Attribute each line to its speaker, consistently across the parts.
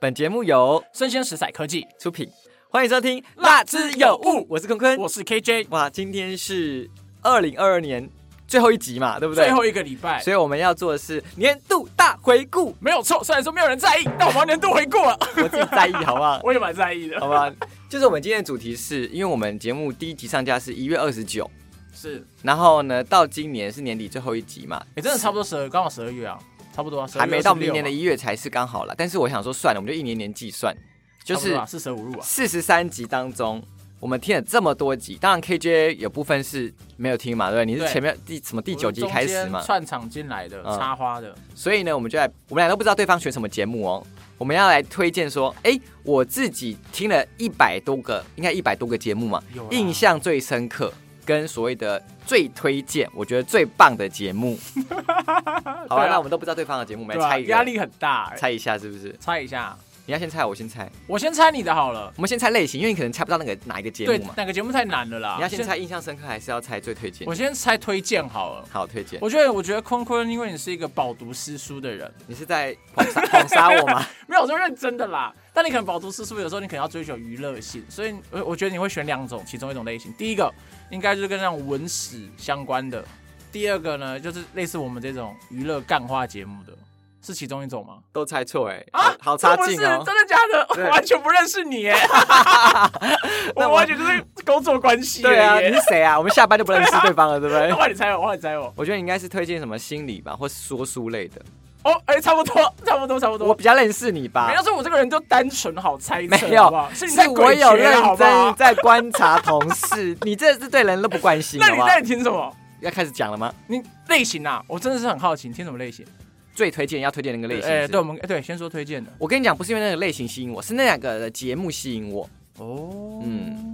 Speaker 1: 本节目由
Speaker 2: 生鲜食材科技，
Speaker 1: 出品，欢迎收听《
Speaker 2: 辣之有物
Speaker 1: 我是坤坤。
Speaker 2: 我是 KJ，
Speaker 1: 哇，今天是二零二二年最后一集嘛，对不对？
Speaker 2: 最后一个礼拜
Speaker 1: 所以我们要做的是年度大回顾。
Speaker 2: 没有错，虽然说没有人在意，但我们年度回顾了，
Speaker 1: 我自己在意，好不好？
Speaker 2: 我也蛮在意的。
Speaker 1: 好吧，就是我们今天的主题是，因为我们节目第一集上架是一月二十九，
Speaker 2: 是，哎
Speaker 1: 然后呢，到今年是年底最后一集嘛，
Speaker 2: 也真的差不多十二，刚好十二月啊，差不多啊，12月
Speaker 1: 还没到
Speaker 2: 26
Speaker 1: 明年的
Speaker 2: 嘛
Speaker 1: 一月才是刚好了。但是我想说，算了，我们就一年年计算，就
Speaker 2: 差不多
Speaker 1: 是
Speaker 2: 啊四舍五入啊，
Speaker 1: 四十三集当中，我们听了这么多集，当然 KJ 有部分是没有听嘛，对不对？你是
Speaker 2: 对
Speaker 1: 前面第什么第九集
Speaker 2: 我们
Speaker 1: 开始
Speaker 2: 中间
Speaker 1: 嘛，
Speaker 2: 串场进来的，
Speaker 1: 嗯
Speaker 2: 插花的，
Speaker 1: 所以呢，我们就来，我们俩都不知道对方选什么节目哦。我们要来推荐说，哎，我自己听了一百多个，应该一百多个节目嘛，
Speaker 2: 有啊啦
Speaker 1: 印象最深刻跟所谓的最推荐，我觉得最棒的节 目。好
Speaker 2: 对
Speaker 1: 吧，
Speaker 2: 啊
Speaker 1: 那我们都不知道对方的节目，我们
Speaker 2: 对
Speaker 1: 来猜
Speaker 2: 吧？
Speaker 1: 一个，
Speaker 2: 压力很大欸，
Speaker 1: 猜一下是不是？
Speaker 2: 猜一下，
Speaker 1: 你要先猜，我先猜，
Speaker 2: 我先猜你的好了。
Speaker 1: 我们先猜类型，因为你可能猜不到那个哪一个节
Speaker 2: 对
Speaker 1: 目嘛，。
Speaker 2: 哪个节目太难了啦？
Speaker 1: 你要先猜印象深刻，还是要猜最推荐
Speaker 2: 啊我？先猜推荐好了。
Speaker 1: 好，推荐。
Speaker 2: 我觉得，我觉得坤坤，因为你是一个饱读诗书的人，
Speaker 1: 你是在捧杀捧杀我吗？
Speaker 2: 没有，我说认真的啦。但你可能饱读诗书，有时候你可能要追求娱乐性，所以我我觉得你会选两种，其中一种类型。第一个应该就是跟那种文史相关的，第二个呢就是类似我们这种娱乐干话节目的，是其中一种吗？
Speaker 1: 都猜错哎、
Speaker 2: 啊
Speaker 1: 好好差
Speaker 2: 这不
Speaker 1: 劲
Speaker 2: 是
Speaker 1: 哦、
Speaker 2: 真的假的？
Speaker 1: 对
Speaker 2: 我完全不认 识你耶，
Speaker 1: 那
Speaker 2: 我
Speaker 1: 我
Speaker 2: 完全就是工作关系而已
Speaker 1: 对啊，
Speaker 2: 耶
Speaker 1: 你是谁啊？我们下班就不认识对方了，对不对
Speaker 2: 那？换你猜我，换你猜我。
Speaker 1: 我觉得你应该是推荐什么心理吧，或是说书类的。
Speaker 2: 哦，哎，差不多，差不多，差不多。
Speaker 1: 我比较认识你吧
Speaker 2: 没，有，是我这个人就单纯好猜测，
Speaker 1: 没有
Speaker 2: 好不好是你在
Speaker 1: 是我
Speaker 2: 鬼
Speaker 1: 有
Speaker 2: 学
Speaker 1: 认
Speaker 2: 了，好不
Speaker 1: 真
Speaker 2: 好？
Speaker 1: 在观察同事。你这是对人都不关心，
Speaker 2: 那
Speaker 1: 好
Speaker 2: 你
Speaker 1: 不好
Speaker 2: 那？你听什么？
Speaker 1: 要开始讲了吗？
Speaker 2: 你类型啊，我真的是很好奇，你听什么类型？
Speaker 1: 最推荐要推荐那个类型
Speaker 2: 哎
Speaker 1: 是
Speaker 2: 对，我们哎对，先说推荐的
Speaker 1: 我跟你讲，不是因为那个类型吸引我，是那两个的节目吸引我。
Speaker 2: 哦
Speaker 1: 嗯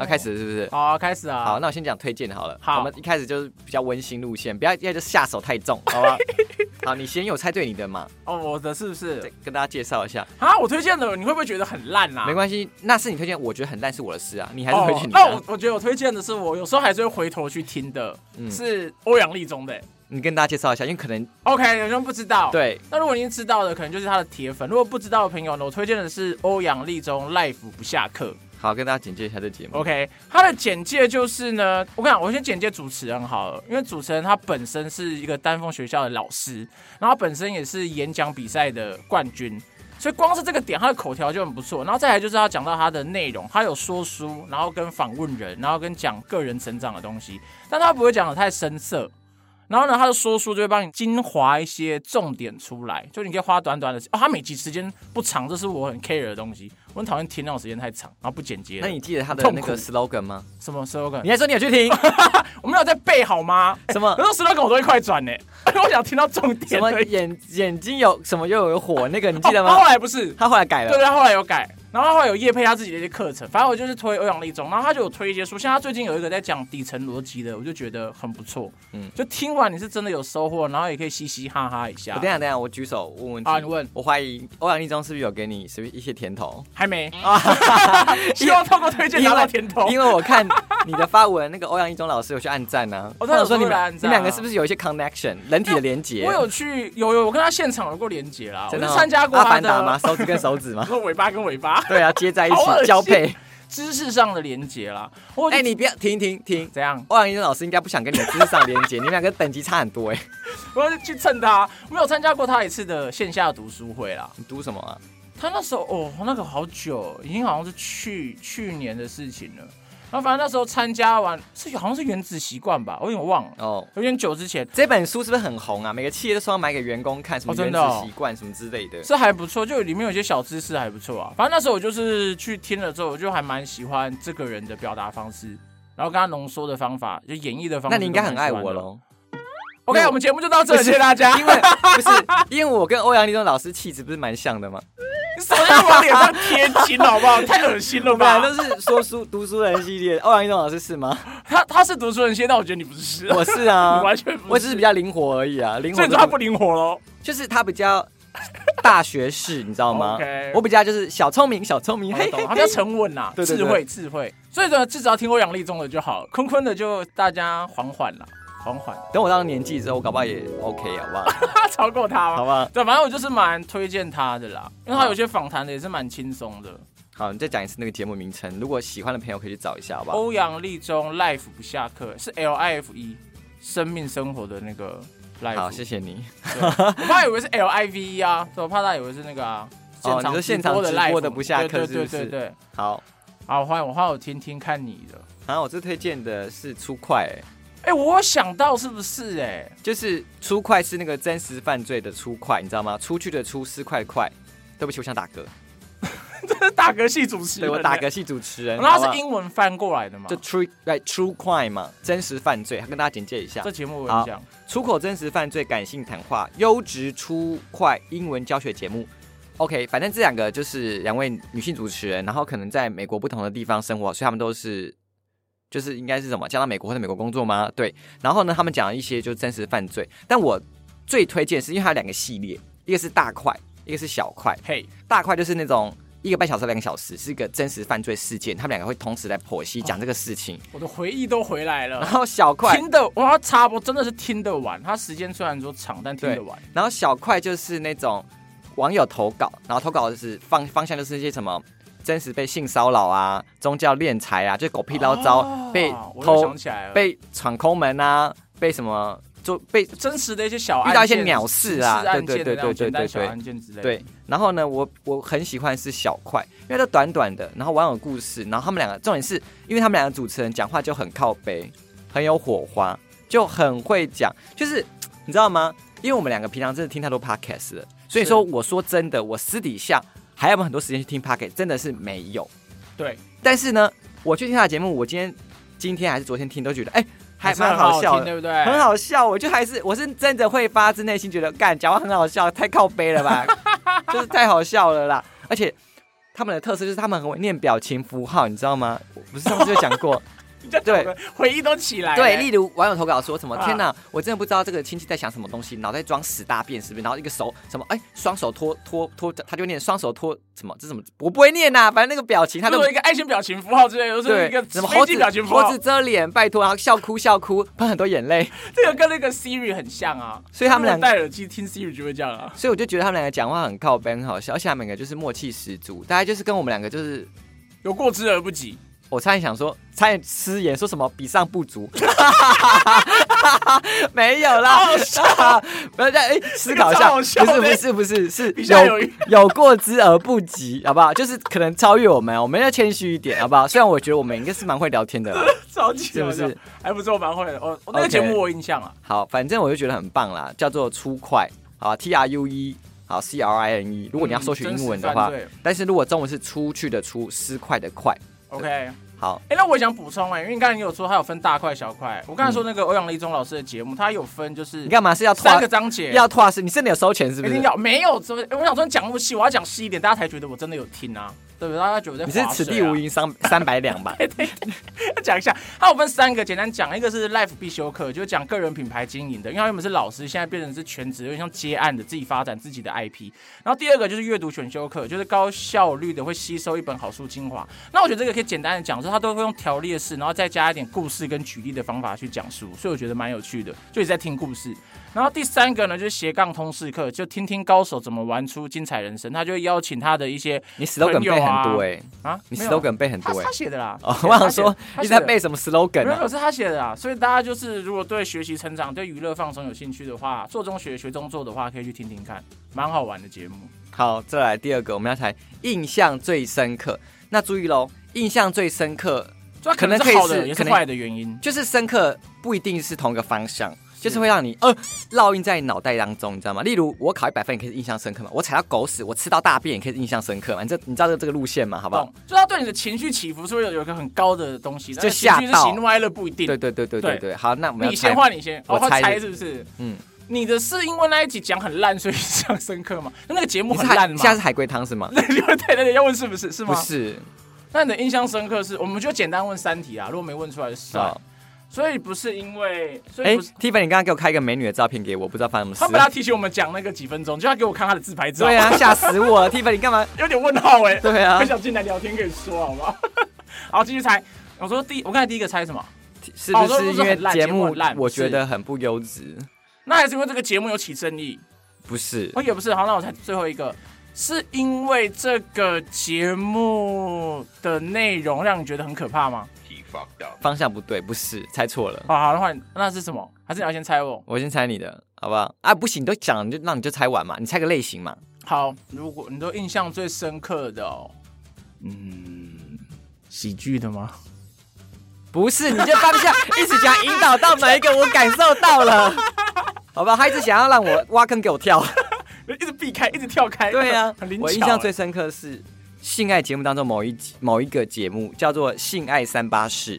Speaker 1: 要开，始了是不是？
Speaker 2: 好啊，开始啊，
Speaker 1: 好，那我先讲推荐的好了。
Speaker 2: 好
Speaker 1: 我们一开始就是比较温馨路线，不要要就下手太 重，好
Speaker 2: 啊
Speaker 1: 吧？ 好，你先有猜对你的嘛，
Speaker 2: 哦，我的是不
Speaker 1: 再
Speaker 2: 是？
Speaker 1: 跟大家介绍一下，
Speaker 2: 啊，我推荐的，你会不会觉得很烂啊？
Speaker 1: 没关系，那是你推荐，我觉得很烂是我的事啊，你还是推荐
Speaker 2: 哦
Speaker 1: 你的啊、
Speaker 2: 那我我觉得我推荐的是我有时候还是会回头去听的，
Speaker 1: 嗯
Speaker 2: 是欧阳立中的。哎
Speaker 1: 你跟大家介绍一下，因为可能
Speaker 2: OK，有些人不知道。。
Speaker 1: 对
Speaker 2: 那如果您知道的，可能就是他的铁粉；如果不知道的朋友呢，我推荐的是欧阳立中《Life 不下课》。
Speaker 1: 好跟大家简介一下这节目。
Speaker 2: OK，他的简介就是呢，我跟你讲，我先简介主持人好了，因为主持人他本身是一个丹凤学校的老师，然后他本身也是演讲比赛的冠军，所以光是这个点，他的口条就很不错。然后再来就是他讲到他的内容，他有说书，然后跟访问人，然后跟讲个人成长的东西，但他不会讲的太深涩。然后呢，他的说书就会帮你精华一些重点出来，就你可以花短短的哦，他每集时间不长，这是我很 care 的东西，我很讨厌听那种时间太长，然后不简洁的。
Speaker 1: 那你记得他的
Speaker 2: 痛
Speaker 1: 那
Speaker 2: 苦嗯
Speaker 1: 个 slogan 吗？
Speaker 2: 什么 slogan？
Speaker 1: 你还说你有去听
Speaker 2: 我们有在背好吗？
Speaker 1: 什 么
Speaker 2: 可？是 slogan 我都会快转呢， 我想听到重
Speaker 1: 什
Speaker 2: 点
Speaker 1: 么
Speaker 2: 而已。
Speaker 1: 眼眼睛有什么又有火那个你记得
Speaker 2: 哦他
Speaker 1: 吗？
Speaker 2: 后来不是，
Speaker 1: 他后来改
Speaker 2: 对对，
Speaker 1: 了，
Speaker 2: 他后来有改，然后他后来有叶配他自己的一些课程。反正我就是推欧阳立中，然后他就有推一些书，像他最近有一个在讲底层逻辑的，我就觉得很不错。嗯
Speaker 1: 嗯，
Speaker 2: 就听完你是真的有收获，然后也可以嘻嘻哈哈一
Speaker 1: 我
Speaker 2: 下
Speaker 1: 等一。下等一下，我举手问问题。
Speaker 2: 啊，你问
Speaker 1: 我怀疑欧阳立中是不是有给你是不是一些甜头？
Speaker 2: 还没啊？ 希望透过推荐拿到甜头。
Speaker 1: 因为我看你的发文，那个欧阳一中老师有去按赞 呢、啊。
Speaker 2: 哦他有
Speaker 1: 说你
Speaker 2: 出来
Speaker 1: 们
Speaker 2: 按
Speaker 1: 你
Speaker 2: 赞
Speaker 1: 们
Speaker 2: 啊
Speaker 1: 两个是不是有一些 connection 人体的连接？
Speaker 2: 我有去有有，我跟他现场有过连接啦，我
Speaker 1: 真
Speaker 2: 就
Speaker 1: 的哦
Speaker 2: 参加过
Speaker 1: 阿
Speaker 2: 他
Speaker 1: 凡达吗？
Speaker 2: 的，
Speaker 1: 手指跟手指
Speaker 2: ？
Speaker 1: 吗
Speaker 2: 说尾巴跟尾巴
Speaker 1: 对啊，接在一
Speaker 2: 好恶
Speaker 1: 起
Speaker 2: 心
Speaker 1: 交配。
Speaker 2: 知识上的连接啦。我
Speaker 1: 哎、
Speaker 2: 就
Speaker 1: 你不要停停停！
Speaker 2: 怎样？
Speaker 1: 欧阳一中老师应该不想跟你的知识上连接，你们两个等级差很多哎、
Speaker 2: 我要去蹭他。我有参加过他一次的线下读书会啦。
Speaker 1: 你读什么啊？
Speaker 2: 他那时候哦，那个好久，已经好像是去去年的事情了。然后反正那时候参加完，是好像是原子习惯吧，我有点忘了，
Speaker 1: 哦，
Speaker 2: 有点久之前，
Speaker 1: 这本书是不是很红啊？每个企业都说要买给员工看，什么
Speaker 2: 哦
Speaker 1: 原
Speaker 2: 真
Speaker 1: 子
Speaker 2: 的哦
Speaker 1: 习惯、什么之类的。
Speaker 2: 这还不错，就里面有一些小知识还不错啊。反正那时候我就是去听了之后，我就还蛮喜欢这个人的表达方式，然后跟他浓缩的方法，就演绎的方式。
Speaker 1: 那你应该很爱我。喽，
Speaker 2: OK，我们节目就到
Speaker 1: 不
Speaker 2: 这里，
Speaker 1: 是
Speaker 2: 谢谢大 家。
Speaker 1: 因为不是因为我跟欧阳立中老师气质不是蛮像的吗？
Speaker 2: 你手在往脸上贴金好不好？太恶心了
Speaker 1: 我们俩
Speaker 2: 吧！
Speaker 1: 都是说书读书人系列，欧阳立中老师是 吗？
Speaker 2: 他他是读书人先，但我觉得你不是，
Speaker 1: 我是啊
Speaker 2: 你，完全不是，
Speaker 1: 我只是比较灵活而已啊，灵
Speaker 2: 所
Speaker 1: 活
Speaker 2: 以
Speaker 1: 就
Speaker 2: 他不灵活喽。
Speaker 1: 就是他比较 大学士，你知道吗
Speaker 2: OK
Speaker 1: 我比较就是小聪明，小聪明，嘿
Speaker 2: 我懂，
Speaker 1: 嘿
Speaker 2: 他比较
Speaker 1: 嘿。
Speaker 2: 沉稳呐，
Speaker 1: 对对
Speaker 2: 智
Speaker 1: 对
Speaker 2: 慧智慧。所以呢，至少听欧阳立中的就好，坤坤的就大家缓缓啦。缓缓，
Speaker 1: 等我到年纪之后，搞不好也 OK，好不 好？
Speaker 2: 他超过他吗？
Speaker 1: 好不好？
Speaker 2: 对，反正我就是蛮推荐他的啦，因为他有些访谈的也是蛮轻松的。
Speaker 1: 好，你再讲一次那个节目名称，如果喜欢的朋友可以去找一下，好不好？
Speaker 2: 欧阳立中 Life 不下课是 L I F E 生命生活的那个 Life，
Speaker 1: 好，谢谢你。
Speaker 2: 对我怕以为是 L I V E 啊，对我怕他以为是那个啊，
Speaker 1: 哦你说现场
Speaker 2: 直播
Speaker 1: 直
Speaker 2: 的 Life
Speaker 1: 播的不下课是
Speaker 2: 对
Speaker 1: 不
Speaker 2: 对对
Speaker 1: 是
Speaker 2: 对对。
Speaker 1: 好，
Speaker 2: 好，换我换我听听看你的。
Speaker 1: 然后我最推荐的是粗快、欸
Speaker 2: 哎、我有想到是不是、哎，
Speaker 1: 就是粗快是那个真实犯罪的粗快，你知道吗？出去的出，尸块的块。对不起，我想打嗝。
Speaker 2: 这是打嗝系主持
Speaker 1: 对
Speaker 2: 人、
Speaker 1: 我打
Speaker 2: 哎。
Speaker 1: 嗝系主持人，
Speaker 2: 然后
Speaker 1: 好
Speaker 2: 它
Speaker 1: 不
Speaker 2: 是
Speaker 1: 好
Speaker 2: 英文翻过来的嘛？
Speaker 1: 就
Speaker 2: 这
Speaker 1: true right true crime 嘛，真实犯罪，跟大家简介一下
Speaker 2: 这。节目我跟你讲，
Speaker 1: 出口真实犯罪感性谈话，优质出快英文教学节目。OK，反正这两个就是两位女性主持人，然后可能在美国不同的地方生活，所以他们都是就是应该是什么嫁到美国或者美国工作吗？对。然后呢，他们讲了一些就是真实犯罪，但我最推荐是因为它有两个系列，一个是大块，一个是小块。
Speaker 2: 嘿，
Speaker 1: 大块就是那种一个半小时、两个小时，是一个真实犯罪事件，他们两个会同时来剖析讲这个事情。
Speaker 2: 我的回忆都回来了
Speaker 1: 然。 后小块
Speaker 2: 听得，我要插播，真的是听得完。它时间虽然说长，但听得完。
Speaker 1: 然后小块就是那种网友投稿，然后投稿就是方方向就是一些什么真实被性骚扰啊、宗教敛财啊，就狗屁唠糟、
Speaker 2: 哦
Speaker 1: 被
Speaker 2: 我又
Speaker 1: 偷
Speaker 2: 想、起来了，
Speaker 1: 被闯空门啊、被什么就被
Speaker 2: 真实的一些小案
Speaker 1: 遇
Speaker 2: 件
Speaker 1: 到一些鸟事啊
Speaker 2: 刑事案件
Speaker 1: 对对
Speaker 2: 的
Speaker 1: 对
Speaker 2: 那
Speaker 1: 对
Speaker 2: 种
Speaker 1: 对
Speaker 2: 简单
Speaker 1: 对
Speaker 2: 小
Speaker 1: 对
Speaker 2: 案件之类的。
Speaker 1: 对。然后呢，我我很喜欢是小块，因为它短短的，然后网友故事，然后他们两个重点是因为他们两个主持人讲话就很靠背，很有火花，就很会讲，就是你知道吗？因为我们两个平常真的听太多 podcast 了，所以
Speaker 2: 是
Speaker 1: 说我说真的，我私底下还有没有很多时间去听 podcast，真的是没有。
Speaker 2: 对，
Speaker 1: 但是呢，我去听他的节目，我今天今天还是昨天听都觉得，哎，还
Speaker 2: 是
Speaker 1: 蛮
Speaker 2: 很好
Speaker 1: 笑的。
Speaker 2: 听对不对？
Speaker 1: 很。好笑，我就还是我是真的会发自内心觉得，干讲话很好笑，太靠背了 吧，就是太好笑了啦。而且他们的特色就是他们很会念表情符号，你知道吗？我不是上次就讲过， 对，
Speaker 2: 回忆都起来了。
Speaker 1: 对，例如网友投稿说什么，
Speaker 2: 啊
Speaker 1: 天哪，我真的不知道这个亲戚在想什么东西，脑袋装屎大便是不是？然后一个手什么，哎，双手托托托，他就念双手托什么，这怎么我不会念呐、反正那个表情他 都
Speaker 2: 做一个爱心表情符号之类的，就是
Speaker 1: 对
Speaker 2: 一个
Speaker 1: 什么
Speaker 2: 飞
Speaker 1: 猴
Speaker 2: 机
Speaker 1: 子
Speaker 2: 表情符
Speaker 1: 猴
Speaker 2: 号
Speaker 1: 子，遮脸，拜托，然后笑哭笑哭，喷很多眼泪。
Speaker 2: 这个跟那个 Siri 很像啊。
Speaker 1: 所以他们两
Speaker 2: 如
Speaker 1: 个
Speaker 2: 果戴耳机听 Siri 就会这样啊。
Speaker 1: 所以我就觉得他们两个讲话很靠背，很好笑，而且他们两个就是默契十足，大概就是跟我们两个就是，
Speaker 2: 有过之而不及，
Speaker 1: 我差点想说，差点失言，说什么比上不足， 没有啦， 不要再哎思考一
Speaker 2: 这个超好
Speaker 1: 下，
Speaker 2: 笑的
Speaker 1: 不是不是不是是
Speaker 2: 比较有
Speaker 1: 有有过之而不及，好不好？就是可能超越我们，我们要谦虚一点，好不好？虽然我觉得我们应该是蛮会聊天的啦，
Speaker 2: 超级
Speaker 1: 是不是
Speaker 2: 好笑？还不错，蛮会的。哦，我那个
Speaker 1: OK
Speaker 2: 节目我有印象啊。
Speaker 1: 好，反正我就觉得很棒啦，叫做粗快，好 T R U E，好 C R I N E。如果你要搜取英文的话，
Speaker 2: 嗯真实犯罪
Speaker 1: 但是如果中文是出去的出，失快的快。
Speaker 2: OK，哎、
Speaker 1: 好，
Speaker 2: 那我也想补充哎、因为刚才你有说它有分大块小块，我刚才说那个欧阳立中老师的节目，它有分就是
Speaker 1: 嗯你干嘛是要
Speaker 2: 三
Speaker 1: 拓
Speaker 2: 个章节，
Speaker 1: 要拓是？你真的有收钱是不
Speaker 2: 一
Speaker 1: 是
Speaker 2: 定？要没有这、哎我想说你讲那么细，我要讲细一点，大家才觉得我真的有听啊，对不对？大家觉得我在、
Speaker 1: 你
Speaker 2: 划
Speaker 1: 是
Speaker 2: 水
Speaker 1: 此地
Speaker 2: 啊
Speaker 1: 无银三三百两 吧？
Speaker 2: 讲一下，它有分三个，简单讲，一个是 Life 必修课，就是讲个人品牌经营的，因为他原本是老师，现在变成是全职，有点像接案的，自己发展自己的 IP。然后第二个就是阅读选修课，就是高效率的会吸收一本好书精华。那我觉得这个可以简单的讲说，它都会用条列式，然后再加一点故事跟举例的方法去讲述，所以我觉得蛮有趣的，就也在听故事。然后第三个呢，就是斜杠通识课，就听听高手怎么玩出精彩人生。他就会邀请他的一些
Speaker 1: 你 slogan 背很多哎、
Speaker 2: 啊，
Speaker 1: 你
Speaker 2: 没有啊
Speaker 1: slogan 背很
Speaker 2: 他
Speaker 1: 多哎、
Speaker 2: 他写的啦。
Speaker 1: 哦，我
Speaker 2: 他
Speaker 1: 想
Speaker 2: 写的
Speaker 1: 说
Speaker 2: 他
Speaker 1: 一直
Speaker 2: 写
Speaker 1: 在
Speaker 2: 的
Speaker 1: 背什么 slogan
Speaker 2: 没有，
Speaker 1: 啊？
Speaker 2: 可是他写的啊，所以大家就是如果对学习成长、对娱乐放松有兴趣的话，做中学、学中做的话，可以去听听看，蛮好玩的节目。
Speaker 1: 好，再来第二个，我们要谈印象最深刻。那注意喽，印象最深刻
Speaker 2: 主要
Speaker 1: 可能可
Speaker 2: 是
Speaker 1: 以
Speaker 2: 好的，
Speaker 1: 是
Speaker 2: 也是
Speaker 1: 可能
Speaker 2: 坏的原因。
Speaker 1: 就是深刻不一定是同一个方向，就是会让你呃烙印在你脑袋当中，你知道吗？例如我考一百分，也可以印象深刻嘛；我踩到狗屎，我吃到大便，也可以印象深刻嘛。你这你知道这这个路线嘛？好不好
Speaker 2: 懂？，就他对你的情绪起伏是会有有一个很高的东西，但是
Speaker 1: 吓
Speaker 2: 情绪是
Speaker 1: 到
Speaker 2: 喜怒哀乐不一定。
Speaker 1: 对对对对对对，好，那我们要
Speaker 2: 你先
Speaker 1: 猜
Speaker 2: 换，你先，
Speaker 1: 我
Speaker 2: 哦换
Speaker 1: 猜的
Speaker 2: 猜是不是？
Speaker 1: 嗯
Speaker 2: 嗯，你的是因为那一集讲很烂，所以印象深刻嘛？那那个节目
Speaker 1: 你是
Speaker 2: 很
Speaker 1: 海
Speaker 2: 烂
Speaker 1: 你
Speaker 2: 嘛
Speaker 1: 现？在是海龟汤
Speaker 2: ？
Speaker 1: 是吗
Speaker 2: 对对对对，要问是不是是
Speaker 1: 不
Speaker 2: 吗？
Speaker 1: 是，
Speaker 2: 那你的印象深刻是，我们就简单问三题啊，如果没问出来就算。
Speaker 1: 好，
Speaker 2: 所以不是因为，所以
Speaker 1: 哎
Speaker 2: 不是。
Speaker 1: ，Tiffany，你刚刚给我开一个美女的照片给我，不知道发生什
Speaker 2: 他
Speaker 1: 么
Speaker 2: 本来要
Speaker 1: 事。
Speaker 2: 提醒我们讲那个几分钟，就要给我看他的自拍照，
Speaker 1: 对啊，吓死我了，Tiffany，你干 嘛？
Speaker 2: 有点问号哎、
Speaker 1: 对啊
Speaker 2: 很，想进来聊天，可以说好吗？好，继续猜。我说第，我刚才第一个猜什么？
Speaker 1: 是
Speaker 2: 哦
Speaker 1: 不
Speaker 2: 都
Speaker 1: 是
Speaker 2: 都是
Speaker 1: 因为
Speaker 2: 很烂
Speaker 1: 节
Speaker 2: 节目
Speaker 1: 目
Speaker 2: 很烂
Speaker 1: 我觉
Speaker 2: 是
Speaker 1: 得很不优质？
Speaker 2: 那还是因为这个节目有起争议，
Speaker 1: 不是，
Speaker 2: 哦，也不是，好，那我才最后一个，是因为这个节目的内容让你觉得很可怕吗？
Speaker 3: he fucked up.
Speaker 1: 方向不对，不是，猜错了。
Speaker 2: 好好，那换那是什么？还是你要先猜哦我？
Speaker 1: 我先猜你的，好不好？啊，不行，你都讲，你就那你就猜完嘛，你猜个类型嘛。
Speaker 2: 好，如果你都印象最深刻的、哦，嗯，喜剧的吗？
Speaker 1: 不是，你就方向一直想引导到哪一个，我感受到了，好吧？他一直想要让我挖坑给我跳。
Speaker 2: 一直避开，一直跳开。
Speaker 1: 对啊
Speaker 2: 很灵，巧。
Speaker 1: 我印象最深刻是性爱节目当中某一集某一个节目叫做《性爱三八室》，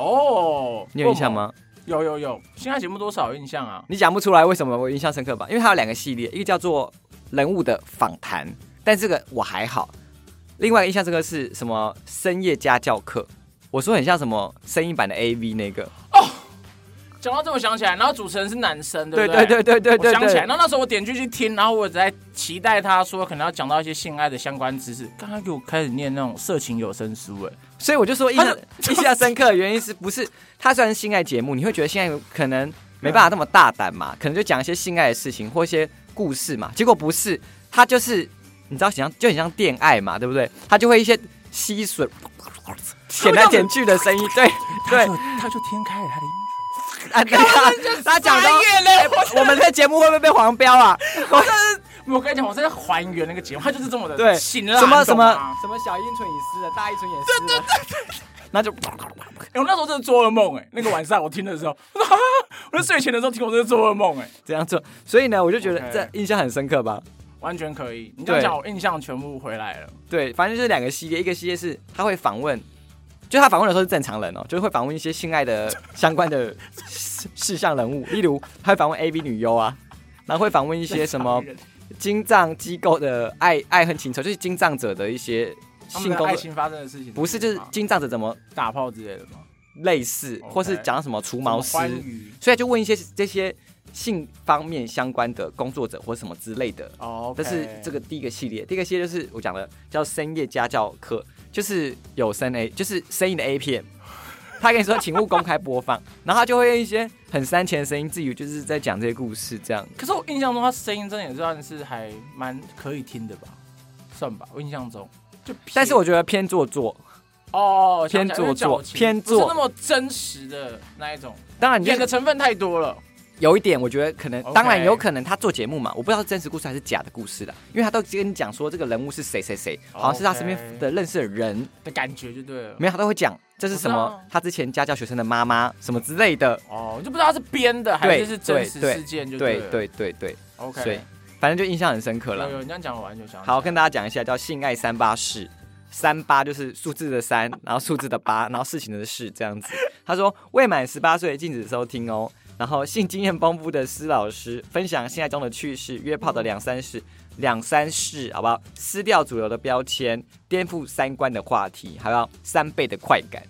Speaker 2: 哦，
Speaker 1: 你有印象吗？
Speaker 2: 有有有，现在节目多少有印象啊？
Speaker 1: 你讲不出来为什么我印象深刻吧？因为它有两个系列，一个叫做人物的访谈，但这个我还好；另外一个印象深刻是什么深夜家教课，我说很像什么声音版的 AV 那个，
Speaker 2: 讲到这，我想起来，然后主持人是男生，
Speaker 1: 对
Speaker 2: 不
Speaker 1: 对
Speaker 2: 对
Speaker 1: 对对对对
Speaker 2: 我想起来，
Speaker 1: 对，
Speaker 2: 然后那时候我点进去听，然后我也在期待他说可能要讲到一些性爱的相关知识。刚刚给我开始念那种色情有声书，哎，
Speaker 1: 所以我就说印象
Speaker 2: 他是
Speaker 1: 印象深刻的原因是不是它虽然是性爱节目，你会觉得性爱可能没办法那么大胆
Speaker 2: 嗯
Speaker 1: 嘛，可能就讲一些性爱的事情或一些故事嘛，结果不是，它就是你知道，像就很像恋爱嘛，对不对？它就会一些吸 吮。舔来舔去的声音，对对
Speaker 2: 他，就他就天开了他的音
Speaker 1: 啊，对啊，他讲的，
Speaker 2: 嘞！
Speaker 1: 我们的节目会不会被黄标啊？
Speaker 2: 我我跟你讲，我真的还原那个节目，他就是这么的
Speaker 1: 对，
Speaker 2: 醒了，
Speaker 1: 什么
Speaker 2: 你
Speaker 1: 什
Speaker 2: 懂
Speaker 1: 么
Speaker 2: 吗
Speaker 1: 什么小阴唇也湿了，大阴唇也湿了， 那就
Speaker 2: 哎、我那时候真的做噩梦哎、那个晚上我听的时候， 我说啊我在睡前的时候听，我真的做噩梦哎、
Speaker 1: 这样做。所以呢，我就觉得
Speaker 2: OK
Speaker 1: 这印象很深刻吧。
Speaker 2: 完全可以。你这样
Speaker 1: 对
Speaker 2: 讲，我印象全部回来了。
Speaker 1: 对，反正就是两个系列，一个系列是他会访问，就他访问的时候是正常人哦，就是会访问一些性爱的相关的事事项人物，例如他会访问 AV 女优啊，然后会访问一些什么精藏机构的爱爱恨情仇，就是精藏者的一些
Speaker 2: 他
Speaker 1: 性
Speaker 2: 们的
Speaker 1: 工
Speaker 2: 爱
Speaker 1: 作，
Speaker 2: 情啊发生的事情吗，
Speaker 1: 不是就是精藏者怎么
Speaker 2: 打炮之类的吗？
Speaker 1: 类似，
Speaker 2: OK
Speaker 1: 或是讲什么除毛师
Speaker 2: 什，么欢愉
Speaker 1: 所以就问一些这些性方面相关的工作者或什么之类的。
Speaker 2: 哦，
Speaker 1: 这是这个第一个系列，第一个系列就是我讲的叫深夜家教课，就是有声 A，就是声音的 A 片。他跟你说，请勿公开播放，然后他就会用一些很煽情的声音，自己就是在讲这些故事这样。
Speaker 2: 可是我印象中，他声音真的也算是还蛮可以听的吧，算吧。我印象中就偏，
Speaker 1: 但是我觉得偏做作，
Speaker 2: 哦我想
Speaker 1: 偏
Speaker 2: 起来因为
Speaker 1: 做作
Speaker 2: 矫情
Speaker 1: 偏
Speaker 2: 不是
Speaker 1: 做
Speaker 2: 那么真实的那一种，
Speaker 1: 当然你就
Speaker 2: 演的成分太多了。
Speaker 1: 有一点，我觉得可能
Speaker 2: OK
Speaker 1: 当然有可能他做节目嘛，我不知道是真实故事还是假的故事啦，因为他都跟你讲说这个人物是谁谁谁，好像是他身边
Speaker 2: OK
Speaker 1: 的认识的人，
Speaker 2: 的感觉就对了。
Speaker 1: 没有他都会讲这是什
Speaker 2: 我知
Speaker 1: 么
Speaker 2: 道，
Speaker 1: 他之前家教学生的妈妈什么之类的，
Speaker 2: 哦，就不知道它是编的还
Speaker 1: 对
Speaker 2: 是是真实事件就
Speaker 1: 对
Speaker 2: 了。
Speaker 1: 对对对，
Speaker 2: ，OK。
Speaker 1: 所以反正就印象很深刻
Speaker 2: 有
Speaker 1: 了。
Speaker 2: 有，你这样讲我完全想起来
Speaker 1: 好，跟大家讲一下叫性爱三八事。三八就是数字的三，然后数字的八，然后事情的事这样子。他说未满十八岁禁止收听哦。然后性经验丰富的施老师分享性爱中的趣事、约炮的两三事、两三事，好不好？撕掉主流的标签，颠覆三观的话题，还要三倍的快感。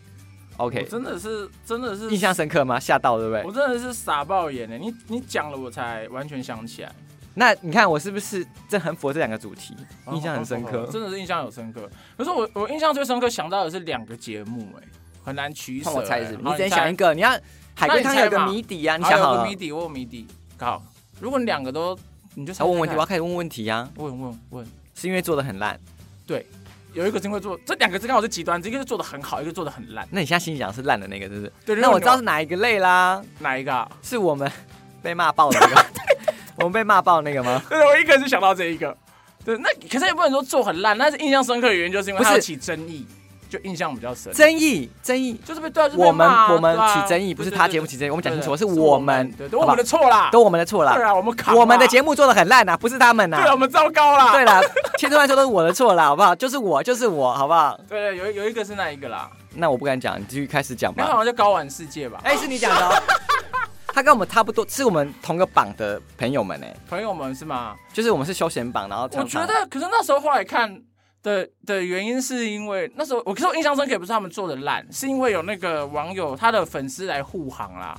Speaker 2: 我
Speaker 1: OK，
Speaker 2: 真的是真的是
Speaker 1: 印象，深刻吗？吓到对不对
Speaker 2: 我？真的是傻爆眼欸的。你你讲了，我才完全想起来。
Speaker 1: 那你看我是不是这很符合这两个主题？
Speaker 2: 啊哦
Speaker 1: 印象很深刻。
Speaker 2: 真的是印象有深刻。可是我我印象最深刻想到的是两个节目、哎，很难取舍、
Speaker 1: 看
Speaker 2: 哎
Speaker 1: 我猜是不是，
Speaker 2: 好
Speaker 1: 你只能
Speaker 2: 猜
Speaker 1: 想一个，你要海龟汤有个
Speaker 2: 那你猜嘛
Speaker 1: 谜底啊，你
Speaker 2: 好
Speaker 1: 想好
Speaker 2: 有
Speaker 1: 了
Speaker 2: 个谜？底，我有谜底。好，如果你两个都，你就猜
Speaker 1: 要
Speaker 2: 猜
Speaker 1: 问问题，我要
Speaker 2: 看
Speaker 1: 开始问问题啊，
Speaker 2: 问问问。
Speaker 1: 是因为做的很烂。
Speaker 2: 有一个是因为做这两个是刚好是极端，一个是做的很好，一个做的很烂。
Speaker 1: 那你现在心里想是烂的那个，是不是？
Speaker 2: 对，如
Speaker 1: 那
Speaker 2: 果
Speaker 1: 我
Speaker 2: 你
Speaker 1: 知道是哪一个类啦，
Speaker 2: 哪一个、啊？
Speaker 1: 是我们 被骂爆的那 个，我们被骂爆那个吗？
Speaker 2: 对，我一开始想到这一个。对，那可是也不能说做很烂，但是印象深刻的原因就是因为它
Speaker 1: 不是
Speaker 2: 有起争议，就印象比较深。
Speaker 1: 争议，争议，
Speaker 2: 就是被对啊，就是被
Speaker 1: 我们
Speaker 2: 骂啊
Speaker 1: 我们
Speaker 2: 对啊
Speaker 1: 起争议，
Speaker 2: 对
Speaker 1: 不是
Speaker 2: 对
Speaker 1: 他
Speaker 2: 对
Speaker 1: 节目
Speaker 2: 对
Speaker 1: 起争议，我们讲清楚，
Speaker 2: 对
Speaker 1: 是
Speaker 2: 对
Speaker 1: 我们，
Speaker 2: 对，都
Speaker 1: 好
Speaker 2: 我
Speaker 1: 吧
Speaker 2: 们的错啦，
Speaker 1: 都我们的错
Speaker 2: 对
Speaker 1: 啦，
Speaker 2: 啊，我们扛啦，
Speaker 1: 我们的节目做的很烂呐，不是他们
Speaker 2: 对啊，我
Speaker 1: 呐，
Speaker 2: 们糟糕啦，
Speaker 1: 对啦，千错万错都是我的错啦，好不好？就是我，就是我，好不好？
Speaker 2: 对对，有一有一个是那一个啦，
Speaker 1: 那我不敢讲，你继续开始讲
Speaker 2: 那
Speaker 1: 吧
Speaker 2: 个。好像叫高玩世界吧？
Speaker 1: 哎、是你讲的、哦，他跟我们差不多，是我们同个榜的朋友们哎、
Speaker 2: 朋友们是吗？
Speaker 1: 就是我们是休闲榜，然后
Speaker 2: 我
Speaker 1: 常
Speaker 2: 觉
Speaker 1: 常
Speaker 2: 得，可是那时候后来看的的原因是因为那时候我可是我印象深刻，也不是他们做的烂，是因为有那个网友他的粉丝来护航啦，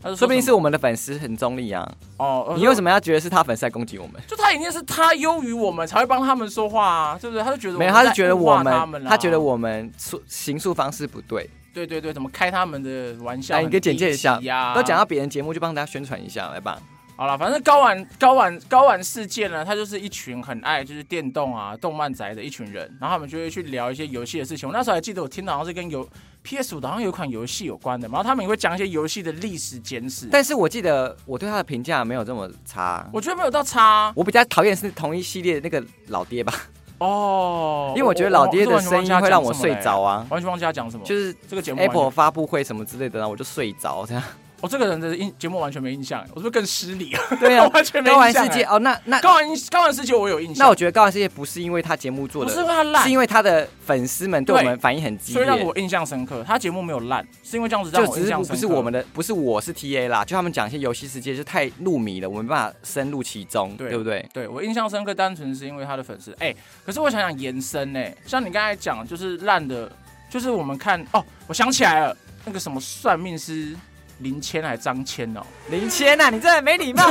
Speaker 2: 他就
Speaker 1: 说不定是
Speaker 2: 我
Speaker 1: 我们的粉丝很中立啊。
Speaker 2: 哦，
Speaker 1: 你为
Speaker 2: 么？
Speaker 1: 什么要觉得是他粉丝在攻击我们？
Speaker 2: 就他一定是他优于我们才会帮他们说话啊，对不对？他就觉得我
Speaker 1: 没
Speaker 2: 们
Speaker 1: 有，
Speaker 2: 在
Speaker 1: 他是觉得
Speaker 2: 物化
Speaker 1: 我
Speaker 2: 他
Speaker 1: 们，
Speaker 2: 们啊
Speaker 1: 他觉得我们诉行诉方式不对，
Speaker 2: 对对对，怎么开他们的玩笑？
Speaker 1: 来，你给简
Speaker 2: 啊
Speaker 1: 介一下。
Speaker 2: 呀。
Speaker 1: 都讲到别人节目，就帮大家宣传一下，来吧。
Speaker 2: 好了，反正高玩高玩高玩事件呢，它就是一群很爱就是电动啊、动漫宅的一群人，然后他们就会去聊一些游戏的事情。我那时候还记得，我听到好像是跟游 PS 五好像有一款游戏有关的，然后他们也会讲一些游戏的历史简史。
Speaker 1: 但是我记得我对他的评价没有这么差，
Speaker 2: 我觉得没有到差啊
Speaker 1: 我比较讨厌是同一系列那个老爹吧，
Speaker 2: 哦，
Speaker 1: 因为我觉得老爹的声音会让我睡着啊，
Speaker 2: 啊，完全忘记他讲什么。
Speaker 1: 就是是
Speaker 2: 这个节目完全
Speaker 1: Apple 发布会什么之类的，然后我就睡着这样。
Speaker 2: 我、这个人的印节目完全没印象，我是不是更失礼啊？
Speaker 1: 对 啊，
Speaker 2: 完全没
Speaker 1: 高玩
Speaker 2: 印象
Speaker 1: 世界
Speaker 2: 欸。
Speaker 1: 哦，那那
Speaker 2: 高玩高玩世界我有印象，
Speaker 1: 那我觉得高玩世界不是因为他节目做
Speaker 2: 不
Speaker 1: 的
Speaker 2: 是因为他烂
Speaker 1: 是，因为他的粉丝们对我
Speaker 2: 对
Speaker 1: 们反应很激
Speaker 2: 所以让
Speaker 1: 烈，
Speaker 2: 我印象深刻。他节目没有烂，是因为这样子让
Speaker 1: 就
Speaker 2: 我
Speaker 1: 只
Speaker 2: 印
Speaker 1: 是
Speaker 2: 象
Speaker 1: 不
Speaker 2: 深刻。
Speaker 1: 是我们的，不是我是 TA 啦，就他们讲一些游戏世界就太入迷了，我没办法深入其中，
Speaker 2: 对
Speaker 1: 对不对？
Speaker 2: 对我印象深刻，单纯是因为他的粉丝。哎、可是我想想延伸呢、像你刚才讲，就是烂的，就是我们看哦，我想起来了，那个什么算命师林谦还张谦哦，
Speaker 1: 林谦呐，你真的没礼 貌。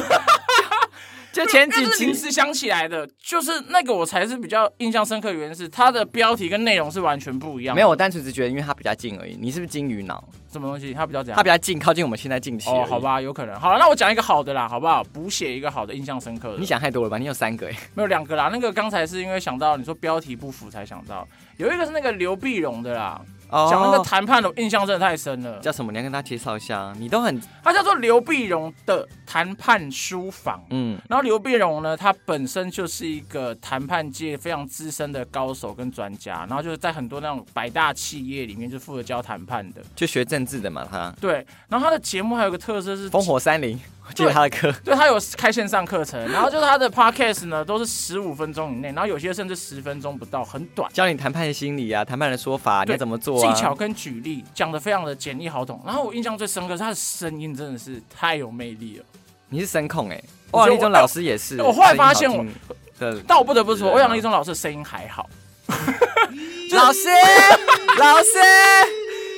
Speaker 1: 就前
Speaker 2: 那
Speaker 1: 几
Speaker 2: 是临
Speaker 1: 集，
Speaker 2: 时想起来的，就是那个我才是比较印象深刻，原因是它的标题跟内容是完全不一样的。
Speaker 1: 没有，我单纯只觉得因为他比较近而已。你是不是金鱼脑？
Speaker 2: 什么东西，它比较怎样？
Speaker 1: 他比较近，靠近我们现在近期。
Speaker 2: 哦，好。吧，有可能。好了，那我讲一个好的啦，好不好？补写一个好的，印象深刻的。
Speaker 1: 你想太多了吧？你有三个哎，
Speaker 2: 没有两个啦，那个刚才是因为想到你说标题不符才想到，有一个是那个刘碧荣的啦，
Speaker 1: 哦
Speaker 2: 讲那个谈判的，我印象真的太深了。
Speaker 1: 叫什么？你要跟大家介绍一下。啊你都很
Speaker 2: 它叫做刘碧荣的谈判书房。
Speaker 1: 嗯，
Speaker 2: 然后刘碧荣呢，他本身就是一个谈判界非常资深的高手跟专家，然后就是在很多那种百大企业里面就负责教谈判的。
Speaker 1: 就学政治的嘛，他
Speaker 2: 对，然后他的节目还有个特色是，
Speaker 1: 烽火三零，我记得他的课。
Speaker 2: 对他有开线上课程，然后就是他的 podcast 呢都是十五分钟以内，然后有些甚至十分钟不到，很短。
Speaker 1: 教你谈判的心理啊，谈判的说法，你
Speaker 2: 对
Speaker 1: 要怎么做、
Speaker 2: 技
Speaker 1: 啊？
Speaker 2: 巧跟举例讲的非常的简易好懂，然后我印象最深刻是他的声音真的是太有魅力了。
Speaker 1: 你是声控哎、欸，
Speaker 2: 我
Speaker 1: 哇，
Speaker 2: 觉得
Speaker 1: 那种
Speaker 2: 我
Speaker 1: 老师也是。
Speaker 2: 我后来发现我
Speaker 1: 声音好听的
Speaker 2: 但我不得不说，
Speaker 1: 是啊
Speaker 2: 欧阳立中老师的声音还好，
Speaker 1: 老师，老师，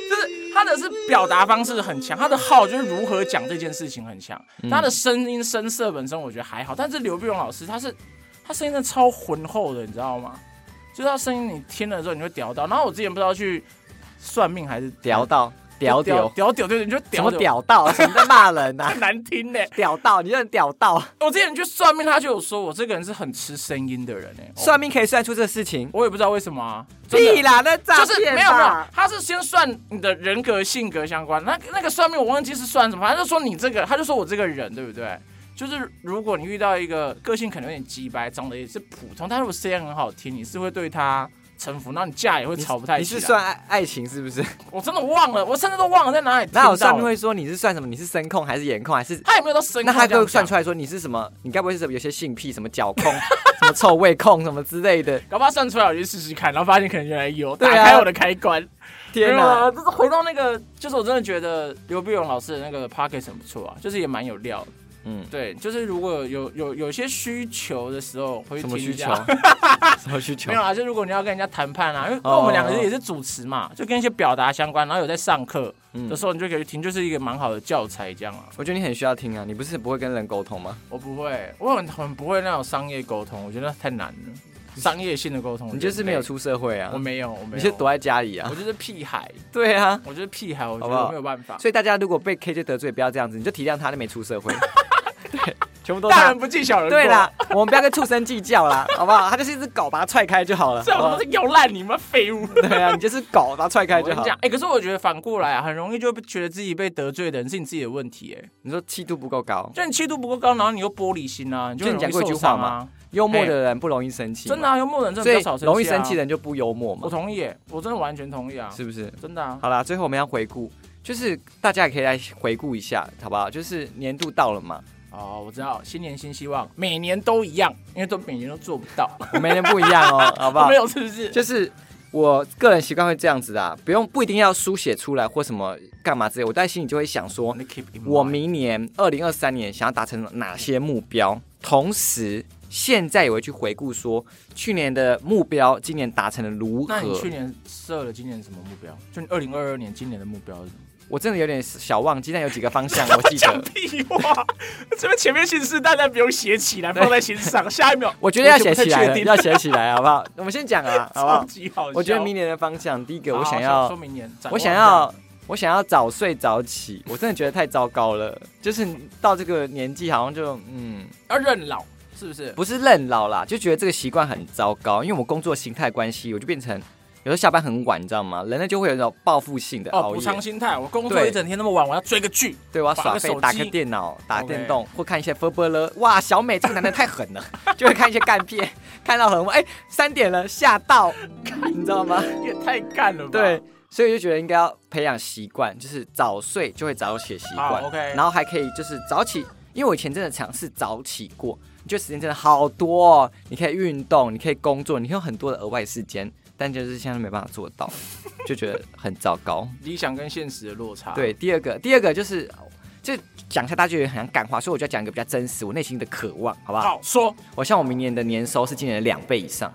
Speaker 2: 就是他的是表达方式很强，他的号就是如何讲这件事情很强，
Speaker 1: 嗯
Speaker 2: 他的声音声色本身我觉得还好，但是刘碧荣老师他是他声音真的超浑厚的，你知道吗？就是他声音你听了之后你会屌到，然后我之前不知道去算命还是
Speaker 1: 屌到屌屌，
Speaker 2: 屌屌对，你就
Speaker 1: 什
Speaker 2: 屌
Speaker 1: 么
Speaker 2: 屌
Speaker 1: 屌到？什么在骂人呐、
Speaker 2: 很难听呢、
Speaker 1: 屌到，你这人屌到，
Speaker 2: 我之前去算命，他就有说我这个人是很吃声音的人哎、我
Speaker 1: 算命可以算出这事情？
Speaker 2: 我也不知道为什么啊，真的
Speaker 1: 屁啦，那诈
Speaker 2: 就是
Speaker 1: 骗吧
Speaker 2: 没有没有，他是先算你的人格性格相关，那那个算命我忘记是算什么，反正就说你这个，他就说我这个人对不对？就是如果你遇到一个个性可能有点鸡掰，长得也是普通，但是我声音很好听，你是会对他臣服，那你架也会
Speaker 1: 你
Speaker 2: 吵不太
Speaker 1: 你
Speaker 2: 起来。
Speaker 1: 是算爱爱情是不是？
Speaker 2: 我真的忘了，我甚至都忘了在哪里听
Speaker 1: 那
Speaker 2: 到
Speaker 1: 我
Speaker 2: 了。
Speaker 1: 算命会说你是算什么？你是声控还是颜控还是？
Speaker 2: 他有没有到声控
Speaker 1: 那
Speaker 2: 这样
Speaker 1: 他
Speaker 2: 讲？
Speaker 1: 就算出来说你是什么？你该不会是什么有些性癖什么脚控、 什么臭味控什么之类的？
Speaker 2: 搞不好算出来我就试试看，然后发现可能原来有，打
Speaker 1: 对啊
Speaker 2: 开我的开关。
Speaker 1: 天
Speaker 2: 没
Speaker 1: 哪！
Speaker 2: 有啊，就是回到那个，就是我真的觉得刘碧荣老师的那个 p o c k e t 很不错啊，就是也蛮有料的。
Speaker 1: 嗯，
Speaker 2: 对，就是如果有有有些需求的时候会
Speaker 1: 什
Speaker 2: 听
Speaker 1: 么需
Speaker 2: 一
Speaker 1: 求
Speaker 2: 下？？
Speaker 1: 什么需求
Speaker 2: 没？有啊，就如果你要跟人家谈判啊，因为因为
Speaker 1: 哦
Speaker 2: 我们两个人也是主持嘛，就跟一些表达相关，然后有在上课
Speaker 1: 嗯
Speaker 2: 的时候，你就可以听，就是一个蛮好的教材这样啊。
Speaker 1: 我觉得你很需要听啊，你不是不会跟人沟通吗？
Speaker 2: 我不会，我很很不会那种商业沟通，我觉得太难了，商业性的沟通，
Speaker 1: 你就是没有，出社会啊
Speaker 2: 我，没有，我没有，
Speaker 1: 你就躲在家里啊
Speaker 2: 我。就是屁孩，
Speaker 1: 对啊，
Speaker 2: 我就是屁孩，我
Speaker 1: 好
Speaker 2: 觉
Speaker 1: 不
Speaker 2: 得
Speaker 1: 好
Speaker 2: 我没有办法。
Speaker 1: 所以大家如果被 KJ 得罪，不要这样子，你就体谅他，他没出社会。 对，全部都是
Speaker 2: 大
Speaker 1: 他
Speaker 2: 人。不计小人过。
Speaker 1: 对啦，我们不要跟畜生计较啦， 好不好？他就是一只狗，把它踹开就好 了。
Speaker 2: 这
Speaker 1: 好不
Speaker 2: 种
Speaker 1: 好
Speaker 2: 东西又烂，你们 废物。
Speaker 1: 对啊，你就是狗，把它踹开
Speaker 2: 我
Speaker 1: 就
Speaker 2: 跟你
Speaker 1: 好。
Speaker 2: 讲，哎、可是我觉得反过来啊，很容易就会觉得自己被得罪的人是你自己的问题、哎，
Speaker 1: 你说气度不够高，
Speaker 2: 就你气度不够高，然后你又玻璃心啊，你就
Speaker 1: 就你
Speaker 2: 很容
Speaker 1: 讲
Speaker 2: 易
Speaker 1: 过一句
Speaker 2: 受伤
Speaker 1: 话
Speaker 2: 啊，
Speaker 1: 幽默的人不容易生气嘛，
Speaker 2: 真的啊，幽默的人真的
Speaker 1: 所以
Speaker 2: 比较少生气、啊，
Speaker 1: 容易生气的，人就不幽默
Speaker 2: 我
Speaker 1: 嘛，
Speaker 2: 同意、哎我真的完全同意啊，
Speaker 1: 是不是？
Speaker 2: 真的啊。
Speaker 1: 好啦，最后我们要回顾，就是大家也可以来回顾一下，好不好？就是年度到了嘛，
Speaker 2: 哦，我知道，新年新希望，每年都一样，因为都每年都做不到，
Speaker 1: 我们每年不一样哦，好不好
Speaker 2: 没？有是不是？
Speaker 1: 就是我个人习惯会这样子的、啊，不用不一定要书写出来或什么干嘛之类，我在心里就会想说，
Speaker 2: 你 keep in mind
Speaker 1: 我明年二零二三年想要达成哪些目标，同时现在也会去回顾说去年的目标今年达成了如
Speaker 2: 那你
Speaker 1: 何
Speaker 2: 去。年设了今年什么目标？就你二零二二年今年的目标是什么？
Speaker 1: 我真的有点小忘记，但有几个方向我记
Speaker 2: 讲
Speaker 1: 得。
Speaker 2: 屁话！这边前面信誓旦旦不用写 起来，放在心上。下一秒，
Speaker 1: 我觉得要
Speaker 2: 就
Speaker 1: 写
Speaker 2: 不太
Speaker 1: 起来
Speaker 2: 确
Speaker 1: 了，
Speaker 2: 定
Speaker 1: 要写起来，好不好？我们先讲 啊，好不
Speaker 2: 超
Speaker 1: 好？
Speaker 2: 级好笑。
Speaker 1: 我觉得明年的方向，第一个
Speaker 2: 好
Speaker 1: 我想
Speaker 2: 好
Speaker 1: 要
Speaker 2: 说明年，展望
Speaker 1: 我想要，我想要早睡早起，我真的觉得太糟糕了。就是到这个年纪，好像就嗯，
Speaker 2: 要认老，是不是？
Speaker 1: 不是认老啦，就觉得这个习惯很糟糕。因为我工作形态关系，我就变成有时候下班很晚，你知道吗？人类就会有一种报复性的
Speaker 2: 哦，
Speaker 1: 熬
Speaker 2: 补
Speaker 1: 夜，
Speaker 2: 偿心态。我工作
Speaker 1: 对
Speaker 2: 一整天那么晚，我要追个剧，
Speaker 1: 对我要
Speaker 2: 划
Speaker 1: 耍
Speaker 2: 个
Speaker 1: 废
Speaker 2: 手，机
Speaker 1: 打开电脑、打
Speaker 2: OK
Speaker 1: 电动或看一些 f o r b e r 哇，小美这个男的太 狠了，就会看一些干片，看到很晚，哎、三点了，吓到，你知道吗？
Speaker 2: 也太干了吧？
Speaker 1: 对，，所以我就觉得应该要培养习惯，就是早睡就会早起的习
Speaker 2: 好
Speaker 1: 惯。
Speaker 2: ，OK
Speaker 1: 然后还可以就是早起，因为我以前真的尝试早起过，你觉得时间真的好多、哦，你可以运动，你可以工作，你可以有很多的额外时间，但就是现在没办法做到，就觉得很糟糕。
Speaker 2: 理想跟现实的落差。
Speaker 1: 对，第二个，第二个就是。就讲一下，大家觉得很像感化，所以我就要讲一个比较真实，我内心的渴望，好不好？
Speaker 2: 好说，
Speaker 1: 我像我明年的年收是今年的两倍以上，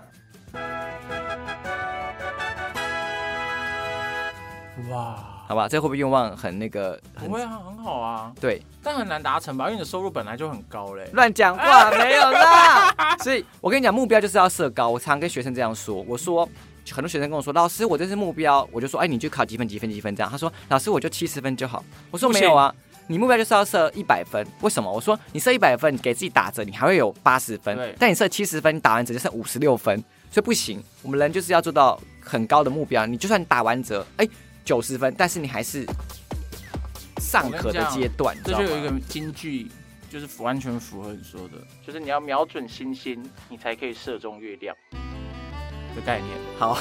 Speaker 2: 哇，
Speaker 1: 好吧？这会不会愿望很那个？
Speaker 2: 不
Speaker 1: 很
Speaker 2: 会啊，很好啊，
Speaker 1: 对，
Speaker 2: 但很难达成吧？因为你的收入本来就很高嘞。
Speaker 1: 乱讲话
Speaker 2: 啊
Speaker 1: 没有 啦。所以我跟你讲，目标就是要设高。我常跟学生这样说，我说。很多学生跟我说：“老师，我这是目标。”我就说：“哎，你去考几分几分几分这样。”他说：“老师，我就七十分就好。”我说：“
Speaker 2: 不
Speaker 1: 没
Speaker 2: 行
Speaker 1: 有啊，你目标就是要设一百分。为什么？”我说：“你设一百分，你给自己打折，你还会有八十分
Speaker 2: 对。
Speaker 1: 但你设七十分，你打完折就剩五十六分，所以不行。我们人就是要做到很高的目标。你就算打完折，哎，九十分，但是你还是上
Speaker 2: 我跟你
Speaker 1: 课的
Speaker 2: 讲
Speaker 1: 阶段，你
Speaker 2: 这
Speaker 1: 知道
Speaker 2: 就有
Speaker 1: 吗
Speaker 2: 一个金句，就是完全符合你说的，就是你要瞄准星星，你才可以射中月亮的概念。
Speaker 1: 好，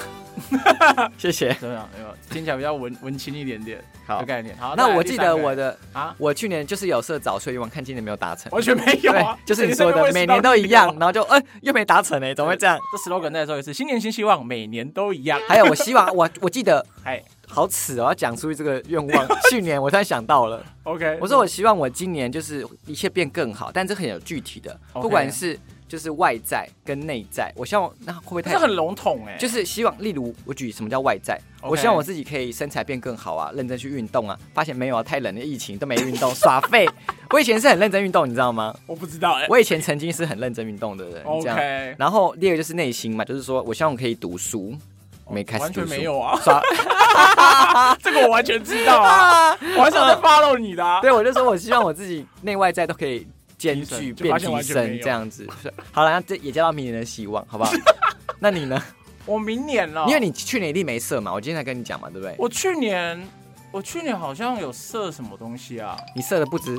Speaker 1: 谢谢。
Speaker 2: 怎么样？有没有听起来比较文文青一点点
Speaker 1: 好
Speaker 2: 的，概念？好，
Speaker 1: 那
Speaker 2: 再来
Speaker 1: 我
Speaker 2: 第
Speaker 1: 记
Speaker 2: 三
Speaker 1: 得
Speaker 2: 个
Speaker 1: 我的
Speaker 2: 啊，
Speaker 1: 我去年就是有设早睡愿望，看今年没有达成。
Speaker 2: 完全没有啊，
Speaker 1: 对，就是你
Speaker 2: 这
Speaker 1: 说
Speaker 2: 个我也
Speaker 1: 的，每
Speaker 2: 是到
Speaker 1: 年都
Speaker 2: 底
Speaker 1: 一样，
Speaker 2: 有。
Speaker 1: 然后就哎又没达成哎，怎么会 这样？
Speaker 2: 这 slogan 再说一次：新年新希望，每年都一样。
Speaker 1: 还有，我希望我我记得
Speaker 2: 哎
Speaker 1: 好耻哦，要讲出这个愿 望。去年我突然想到了，
Speaker 2: ，OK，
Speaker 1: 我说我希望我今年就是一切变更好，但这很有具体的，
Speaker 2: OK
Speaker 1: 不管是就是外在跟内在，我希望那会不会
Speaker 2: 这
Speaker 1: 太
Speaker 2: 是很笼统哎，
Speaker 1: 就是希望，例如我举什么叫外在
Speaker 2: OK
Speaker 1: 我希望我自己可以身材变更好啊，认真去运动啊。发现没有啊，太冷了，疫情都没运动，耍废。 我以前是很认真运动，你知道吗？
Speaker 2: 我不知道哎。
Speaker 1: 我以前曾经是很认真运动的人，这样。
Speaker 2: OK，
Speaker 1: 然后第二个就是内心嘛，就是说我希望我可以读书，没开始
Speaker 2: 完
Speaker 1: 读
Speaker 2: 全
Speaker 1: 书，
Speaker 2: 没有啊，
Speaker 1: 耍
Speaker 2: 这个我完全知道啊，我还想在 follow 你的啊。
Speaker 1: 对，我就说我希望我自己内外在都可以兼具
Speaker 2: 提升就
Speaker 1: 变
Speaker 2: 发现
Speaker 1: 提
Speaker 2: 完全没
Speaker 1: 升
Speaker 2: 有
Speaker 1: 这样子。是好了，那这也叫到明年的希望，好不 好？那你呢？
Speaker 2: 我明年了，
Speaker 1: 因为你去年一定没设嘛，我今天才跟你讲嘛，对不对？
Speaker 2: 我去年，我去年好像有设什么东西啊？
Speaker 1: 你设的不知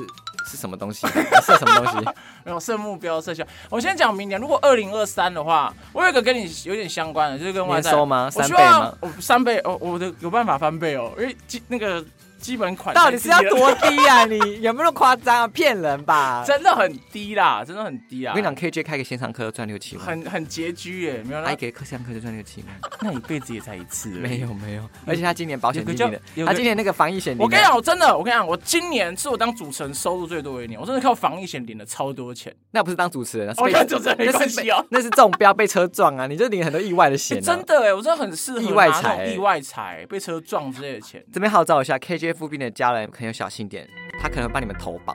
Speaker 1: 是什么东西，啊 你设什么东 西？
Speaker 2: 没有设目标设下。我先讲明年，如果二零二三的话，我有一个跟你有点相关的，就是跟外
Speaker 1: 年
Speaker 2: 在
Speaker 1: 收吗？
Speaker 2: 我
Speaker 1: 三
Speaker 2: 希
Speaker 1: 倍吗
Speaker 2: 望？我三倍哦，我的有办法翻倍哦，因为基那个基本款
Speaker 1: 到底是要
Speaker 2: 太低了
Speaker 1: 多低啊？ 你有没有那么夸张啊？骗人吧！
Speaker 2: 真的很低啦，真的很低
Speaker 1: 我
Speaker 2: 啦
Speaker 1: 跟。你讲，KJ 开个线上课赚六七万，
Speaker 2: 很很拮据耶，没有
Speaker 1: 来
Speaker 2: 那
Speaker 1: 给课线上课就赚六七万，
Speaker 2: 那一辈子也才一次，
Speaker 1: 没。有没有，而且他今年保险
Speaker 2: 有个
Speaker 1: 经
Speaker 2: 叫
Speaker 1: 理的，
Speaker 2: 有
Speaker 1: 他
Speaker 2: 个
Speaker 1: 今年那个防疫险，啊
Speaker 2: 我跟你，讲，我真的，我跟你讲，我今年是我当主持人收入最多的一年，我真的靠防疫险领了超 多钱。
Speaker 1: 那不是当主持人啊，
Speaker 2: 我
Speaker 1: 是
Speaker 2: 跟
Speaker 1: 被
Speaker 2: 主持人没
Speaker 1: 那
Speaker 2: 关
Speaker 1: 是
Speaker 2: 系
Speaker 1: 被
Speaker 2: 哦。
Speaker 1: 那是中标被车撞啊，你就领很多意外的
Speaker 2: 欸
Speaker 1: 险啊。
Speaker 2: 真的哎，我真的很适合拿
Speaker 1: 意外财
Speaker 2: 那种意外财被车撞之类的钱。
Speaker 1: 这边号召一下，KJ 附近的家人可能要小心点，他可能会帮你们投 保，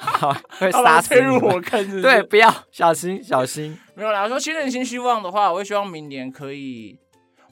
Speaker 1: 好会
Speaker 2: 他把
Speaker 1: 杀
Speaker 2: 我
Speaker 1: 死
Speaker 2: 推
Speaker 1: 你
Speaker 2: 入
Speaker 1: 们。
Speaker 2: 火坑是不是
Speaker 1: 对，，不要小心小心。
Speaker 2: 没有啦。说新人新希望的话，我会希望明年可以，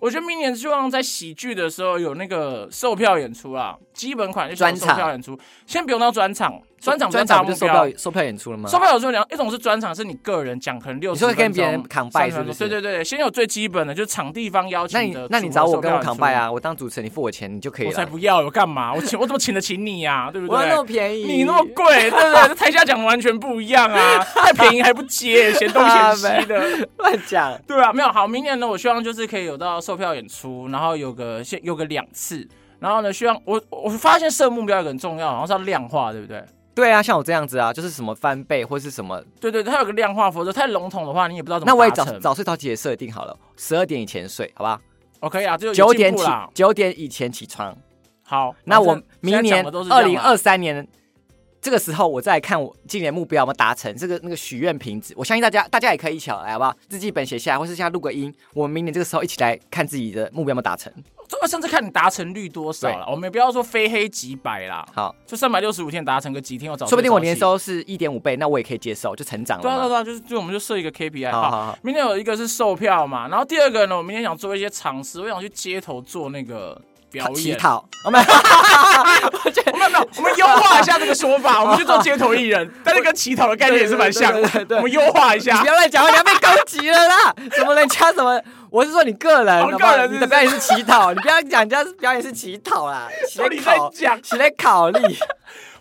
Speaker 2: 我觉得明年希望在喜剧的时候有那个售票演出啦，基本款就是
Speaker 1: 专
Speaker 2: 售
Speaker 1: 场
Speaker 2: 票演出，先不用到专场，专场比较
Speaker 1: 专
Speaker 2: 大
Speaker 1: 场不
Speaker 2: 目
Speaker 1: 就售
Speaker 2: 标
Speaker 1: 票。售票演出了吗？
Speaker 2: 售票有时候两一种是专场，是你个人讲，可能六
Speaker 1: 你
Speaker 2: 十
Speaker 1: 说
Speaker 2: 分钟，
Speaker 1: 跟别人扛拜
Speaker 2: 30分
Speaker 1: 是不
Speaker 2: 钟
Speaker 1: 是
Speaker 2: 对对对，先有最基本的，就是场地方邀
Speaker 1: 那
Speaker 2: 请
Speaker 1: 你
Speaker 2: 的。
Speaker 1: 那你找我跟我扛拜！啊，我当主持人，你付我钱，你就可以
Speaker 2: 我才
Speaker 1: 了。
Speaker 2: 不要，我干嘛？我请我怎么请得起你呀、对不对？
Speaker 1: 我要那么便 宜，
Speaker 2: 你那么贵，对不对？这台下讲的完全不一样 啊，太便宜还不接，嫌东嫌西的，
Speaker 1: 乱讲，
Speaker 2: 对啊，没有好，明年呢，我希望就是可以有到售票演出，然后有个先有个两次，然后呢，希望我我发现设目标有个很重要，好像是要量化，对不对？
Speaker 1: 对啊，像我这样子啊，就是什么翻倍或是什么，
Speaker 2: 对对，它有个量化，否则太笼统的话，你也不知道怎么
Speaker 1: 那我也
Speaker 2: 达
Speaker 1: 早
Speaker 2: 成
Speaker 1: 早睡早起也设定好了，十二点以前睡，好吧？
Speaker 2: 哦，可以啊，这就
Speaker 1: 九
Speaker 2: 有
Speaker 1: 点
Speaker 2: 进步
Speaker 1: 起
Speaker 2: 啦，。
Speaker 1: 九点以前起床。
Speaker 2: 好，
Speaker 1: 那
Speaker 2: 反正
Speaker 1: 我明
Speaker 2: 现在
Speaker 1: 年
Speaker 2: 讲的都是这
Speaker 1: 二
Speaker 2: 样啊
Speaker 1: 零
Speaker 2: 嘛
Speaker 1: 二三年这个时候我再来看我今年目标有没有达成，这个那个许愿瓶子，我相信大家大家也可以一起来，好不好？日记本写下来，或是现在录个音，我们明年这个时候一起来看自己的目标有没有达成。
Speaker 2: 甚至看你达成率多少了。我们也不要说非黑即白啦，
Speaker 1: 好，
Speaker 2: 就三百六十五天达成个几天，我找
Speaker 1: 说不定我年收
Speaker 2: 收。
Speaker 1: 是一点五倍，那我也可以接受，就成长了
Speaker 2: 对啊，对
Speaker 1: 嘛。
Speaker 2: 啊对啊，就是就我们就设一个 KPI
Speaker 1: 好好好
Speaker 2: 明天有一个是售票嘛，然后第二个呢，我明天想做一些尝试，我想去街头做那个表
Speaker 1: 乞
Speaker 2: 演。
Speaker 1: 讨，我们
Speaker 2: 我们没有，我们优化一下这个说 法，我们去做街头艺人，但是跟乞讨的概念也是蛮像
Speaker 1: 对对对对
Speaker 2: 的。
Speaker 1: 对
Speaker 2: 我们优化 一
Speaker 1: 你
Speaker 2: 下
Speaker 1: 不，要乱讲话，你要被攻击了啦！什么人家什么，我是说你个人，
Speaker 2: 哦
Speaker 1: 好不好
Speaker 2: 个人是不
Speaker 1: 你
Speaker 2: 是
Speaker 1: 的表演是乞讨，你不要讲人家是表演是乞讨啦，起来
Speaker 2: 到底在
Speaker 1: 考，
Speaker 2: 讲
Speaker 1: 起来考虑。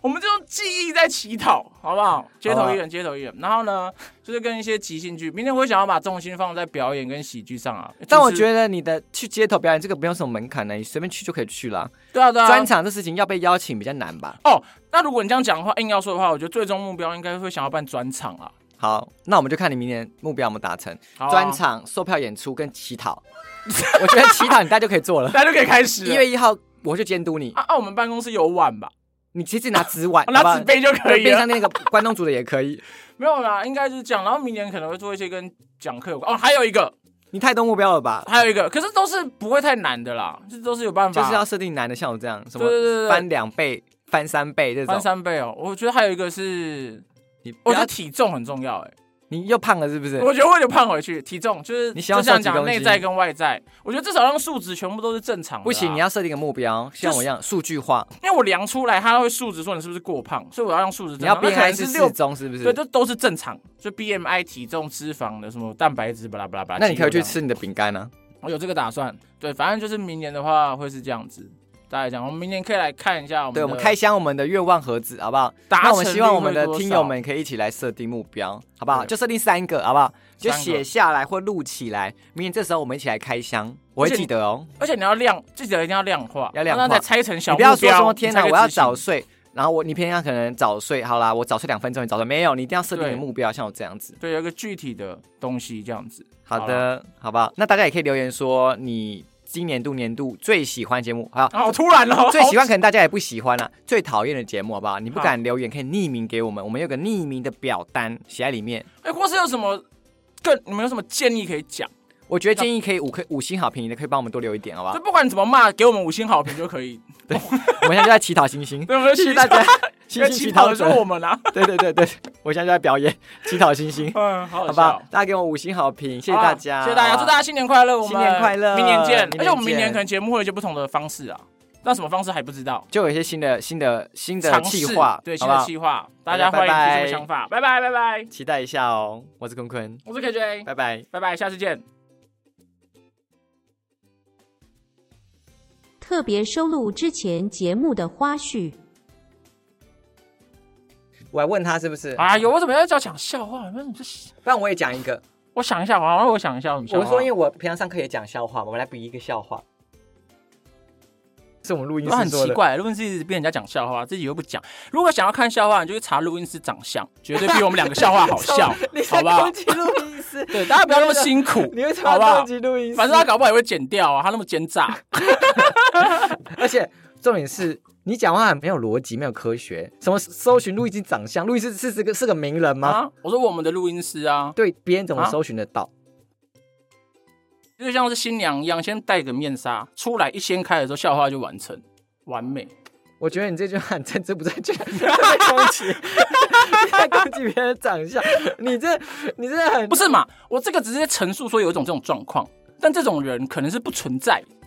Speaker 2: 我们就用记忆在乞讨，好不好？街头艺
Speaker 1: 好啊
Speaker 2: 人，街头艺人。然后呢，就是跟一些即兴剧。明天我会想要把重心放在表演跟喜剧上啊。
Speaker 1: 但我
Speaker 2: 就是
Speaker 1: 觉得你的去街头表演这个不用什么门槛呢，你随便去就可以去啦。
Speaker 2: 对啊，对啊，
Speaker 1: 专场这事情要被邀请比较难吧？
Speaker 2: 哦，那如果你这样讲的话，硬要说的话，我觉得最终目标应该会想要办专场啊。
Speaker 1: 好，那我们就看你明年目标有没有达成。
Speaker 2: 好啊
Speaker 1: 专、，场、售票演出跟乞讨， 我觉得乞讨你大家就可以做 了。
Speaker 2: 大家就可以开始了。
Speaker 1: 一月一号我去监督你，
Speaker 2: 啊啊，我们办公室有碗吧，
Speaker 1: 你其实拿纸碗，好不
Speaker 2: 哦拿
Speaker 1: 好
Speaker 2: 纸？杯就可以啊
Speaker 1: 便
Speaker 2: 了
Speaker 1: 当。店那个关东煮的也可 以。
Speaker 2: 没有啦，应该就是这样。然后明年可能会做一些跟讲课有关。哦，还有一个，
Speaker 1: 你太多目标了吧？
Speaker 2: 还有一个，可是都是不会太难的啦，这都是有办法。
Speaker 1: 就是要设定难的，像我这样，什
Speaker 2: 对
Speaker 1: 么
Speaker 2: 对对对
Speaker 1: 翻两倍、翻三倍这种啊
Speaker 2: 翻。三倍哦。我觉得还有一个是，
Speaker 1: 你不
Speaker 2: 我觉
Speaker 1: 要
Speaker 2: 得，体重很重要哎、
Speaker 1: 你又胖了是不是？
Speaker 2: 我觉得为了胖回去，体重就是
Speaker 1: 你
Speaker 2: 就
Speaker 1: 想要
Speaker 2: 像
Speaker 1: 瘦几
Speaker 2: 讲
Speaker 1: 公斤
Speaker 2: 内在跟外在，我觉得至少让数值全部都是正常的啦。啊
Speaker 1: 不行，你要设定个目标，像我一样数据化，
Speaker 2: 因为我量出来，它会数值说你是不是过胖，所以我要让数值
Speaker 1: 你
Speaker 2: 正
Speaker 1: 要
Speaker 2: 常。那可
Speaker 1: BMI
Speaker 2: 能
Speaker 1: 是
Speaker 2: 是
Speaker 1: 适
Speaker 2: 六
Speaker 1: 中是不
Speaker 2: 对，
Speaker 1: 是？
Speaker 2: 这都是正常，就 BMI 体重、脂肪的什么蛋白质，巴拉巴拉巴拉。
Speaker 1: 那你可以
Speaker 2: 肌
Speaker 1: 去
Speaker 2: 肉这样，
Speaker 1: 吃你的饼干啊呢。
Speaker 2: 我哦有这个打算。对，反正就是明年的话会是这样子。大家讲，我们明年可以来看一下我们
Speaker 1: 对，
Speaker 2: 的
Speaker 1: 我们开箱我们的愿望盒子，好不好？那
Speaker 2: 达成率
Speaker 1: 我们希望我们的
Speaker 2: 会多少
Speaker 1: 听友们可以一起来设定目标，好不好？
Speaker 2: 对
Speaker 1: 就设定三个，好不好？就
Speaker 2: 三个
Speaker 1: 写下来或录起来，明天这时候我们一起来开箱，我会记得哦。
Speaker 2: 而且你要量，记得一定要量化，
Speaker 1: 要量化
Speaker 2: 让它再拆成小
Speaker 1: 你
Speaker 2: 目
Speaker 1: 不
Speaker 2: 标。
Speaker 1: 要说什么天
Speaker 2: 哪，
Speaker 1: 哪，我要早睡，然后我你平常可能早睡，好啦，我早睡两分钟，你早睡没有？你一定要设定你的
Speaker 2: 对
Speaker 1: 目标，像我这样子。
Speaker 2: 对，有一个具体的东西这样子。
Speaker 1: 好
Speaker 2: 啦，
Speaker 1: 的，好不好？那大家也可以留言说你今年度年度最喜欢节目，好不好。
Speaker 2: 啊 好突然哦，
Speaker 1: 最喜欢可能大家也不喜欢啦、最讨厌的节目好不好？你不敢留言可以匿名给我们，我们有个匿名的表单写在里面。
Speaker 2: 好。哎，或是有什么更，你们有什么建议可以讲？
Speaker 1: 我觉得建议可以五颗五星好评的，可以帮我们多留一点好不好
Speaker 2: 就？不管你怎么骂，给我们五星好评就可以。
Speaker 1: 我们现在就在乞讨星星，
Speaker 2: 对不 对？
Speaker 1: 谢谢大家，
Speaker 2: 因
Speaker 1: 星
Speaker 2: 为
Speaker 1: 星
Speaker 2: 乞
Speaker 1: 乞
Speaker 2: 讨
Speaker 1: 讨
Speaker 2: 的是
Speaker 1: 者。
Speaker 2: 我们 啊。
Speaker 1: 对对对对，我现在就在表演乞讨星星，
Speaker 2: 嗯，
Speaker 1: 好
Speaker 2: 好好
Speaker 1: 不
Speaker 2: 笑
Speaker 1: 好？大家给我五星好评，谢谢大家，
Speaker 2: 谢谢大家，祝大
Speaker 1: 家。
Speaker 2: 家新年快乐，我们
Speaker 1: 新年快乐
Speaker 2: 明年见
Speaker 1: 明年。见
Speaker 2: 而且我们明年可能节目会有一些不同的方式啊，那什么方式还不知道，
Speaker 1: 就有一些新的新的新的
Speaker 2: 尝
Speaker 1: 计
Speaker 2: 试
Speaker 1: 划，好
Speaker 2: 对新
Speaker 1: 不
Speaker 2: 的
Speaker 1: 好？
Speaker 2: 计划，
Speaker 1: 大
Speaker 2: 大家
Speaker 1: 家
Speaker 2: 欢迎提
Speaker 1: 拜
Speaker 2: 出
Speaker 1: 拜
Speaker 2: 想法，拜拜拜拜，
Speaker 1: 期待一下哦。我是坤坤，
Speaker 2: 我是 KJ，
Speaker 1: 拜拜。
Speaker 2: 拜拜，下次见。
Speaker 3: 特别收录之前节目的花絮。
Speaker 1: 我还问他是不是？
Speaker 2: 哎呦，我怎么要叫讲笑话？你们这是
Speaker 1: 不然我也讲一个。
Speaker 2: 我想一下，好像我想一下，我们
Speaker 1: 我说，因为我平常上课也讲笑话嘛，我们来比一个笑话。是我们录音
Speaker 2: 那
Speaker 1: 室
Speaker 2: 很
Speaker 1: 做
Speaker 2: 奇
Speaker 1: 的。
Speaker 2: 怪，录音室被人家讲笑话，自己又不讲。如果想要看笑话，你就去查录音师长相，绝对比我们两个笑话好笑
Speaker 1: 你，
Speaker 2: 好
Speaker 1: 在
Speaker 2: 不好
Speaker 1: 攻？击录音室，
Speaker 2: 对，大家不要那么辛苦，
Speaker 1: 你为什么
Speaker 2: 好不
Speaker 1: 要
Speaker 2: 好
Speaker 1: 攻？击录音室？
Speaker 2: 反正他搞不好也会剪掉啊，他那么奸诈。
Speaker 1: 而且重点是你讲话很没有逻辑，没有科学。什么搜寻路易斯长相？路易斯是这个是个名人吗？
Speaker 2: 啊，我说我们的录音师啊，
Speaker 1: 对，别人怎么
Speaker 2: 啊
Speaker 1: 搜寻得到？
Speaker 2: 就像是新娘一样，先戴个面纱出来，一掀开的时候，笑话就完成，完美。
Speaker 1: 我觉得你这句话很政治不正确，你在攻击，你在攻击别人的长相。你这你这很
Speaker 2: 不是嘛？我这个只是在陈述说有一种这种状况，但这种人可能是不存在的，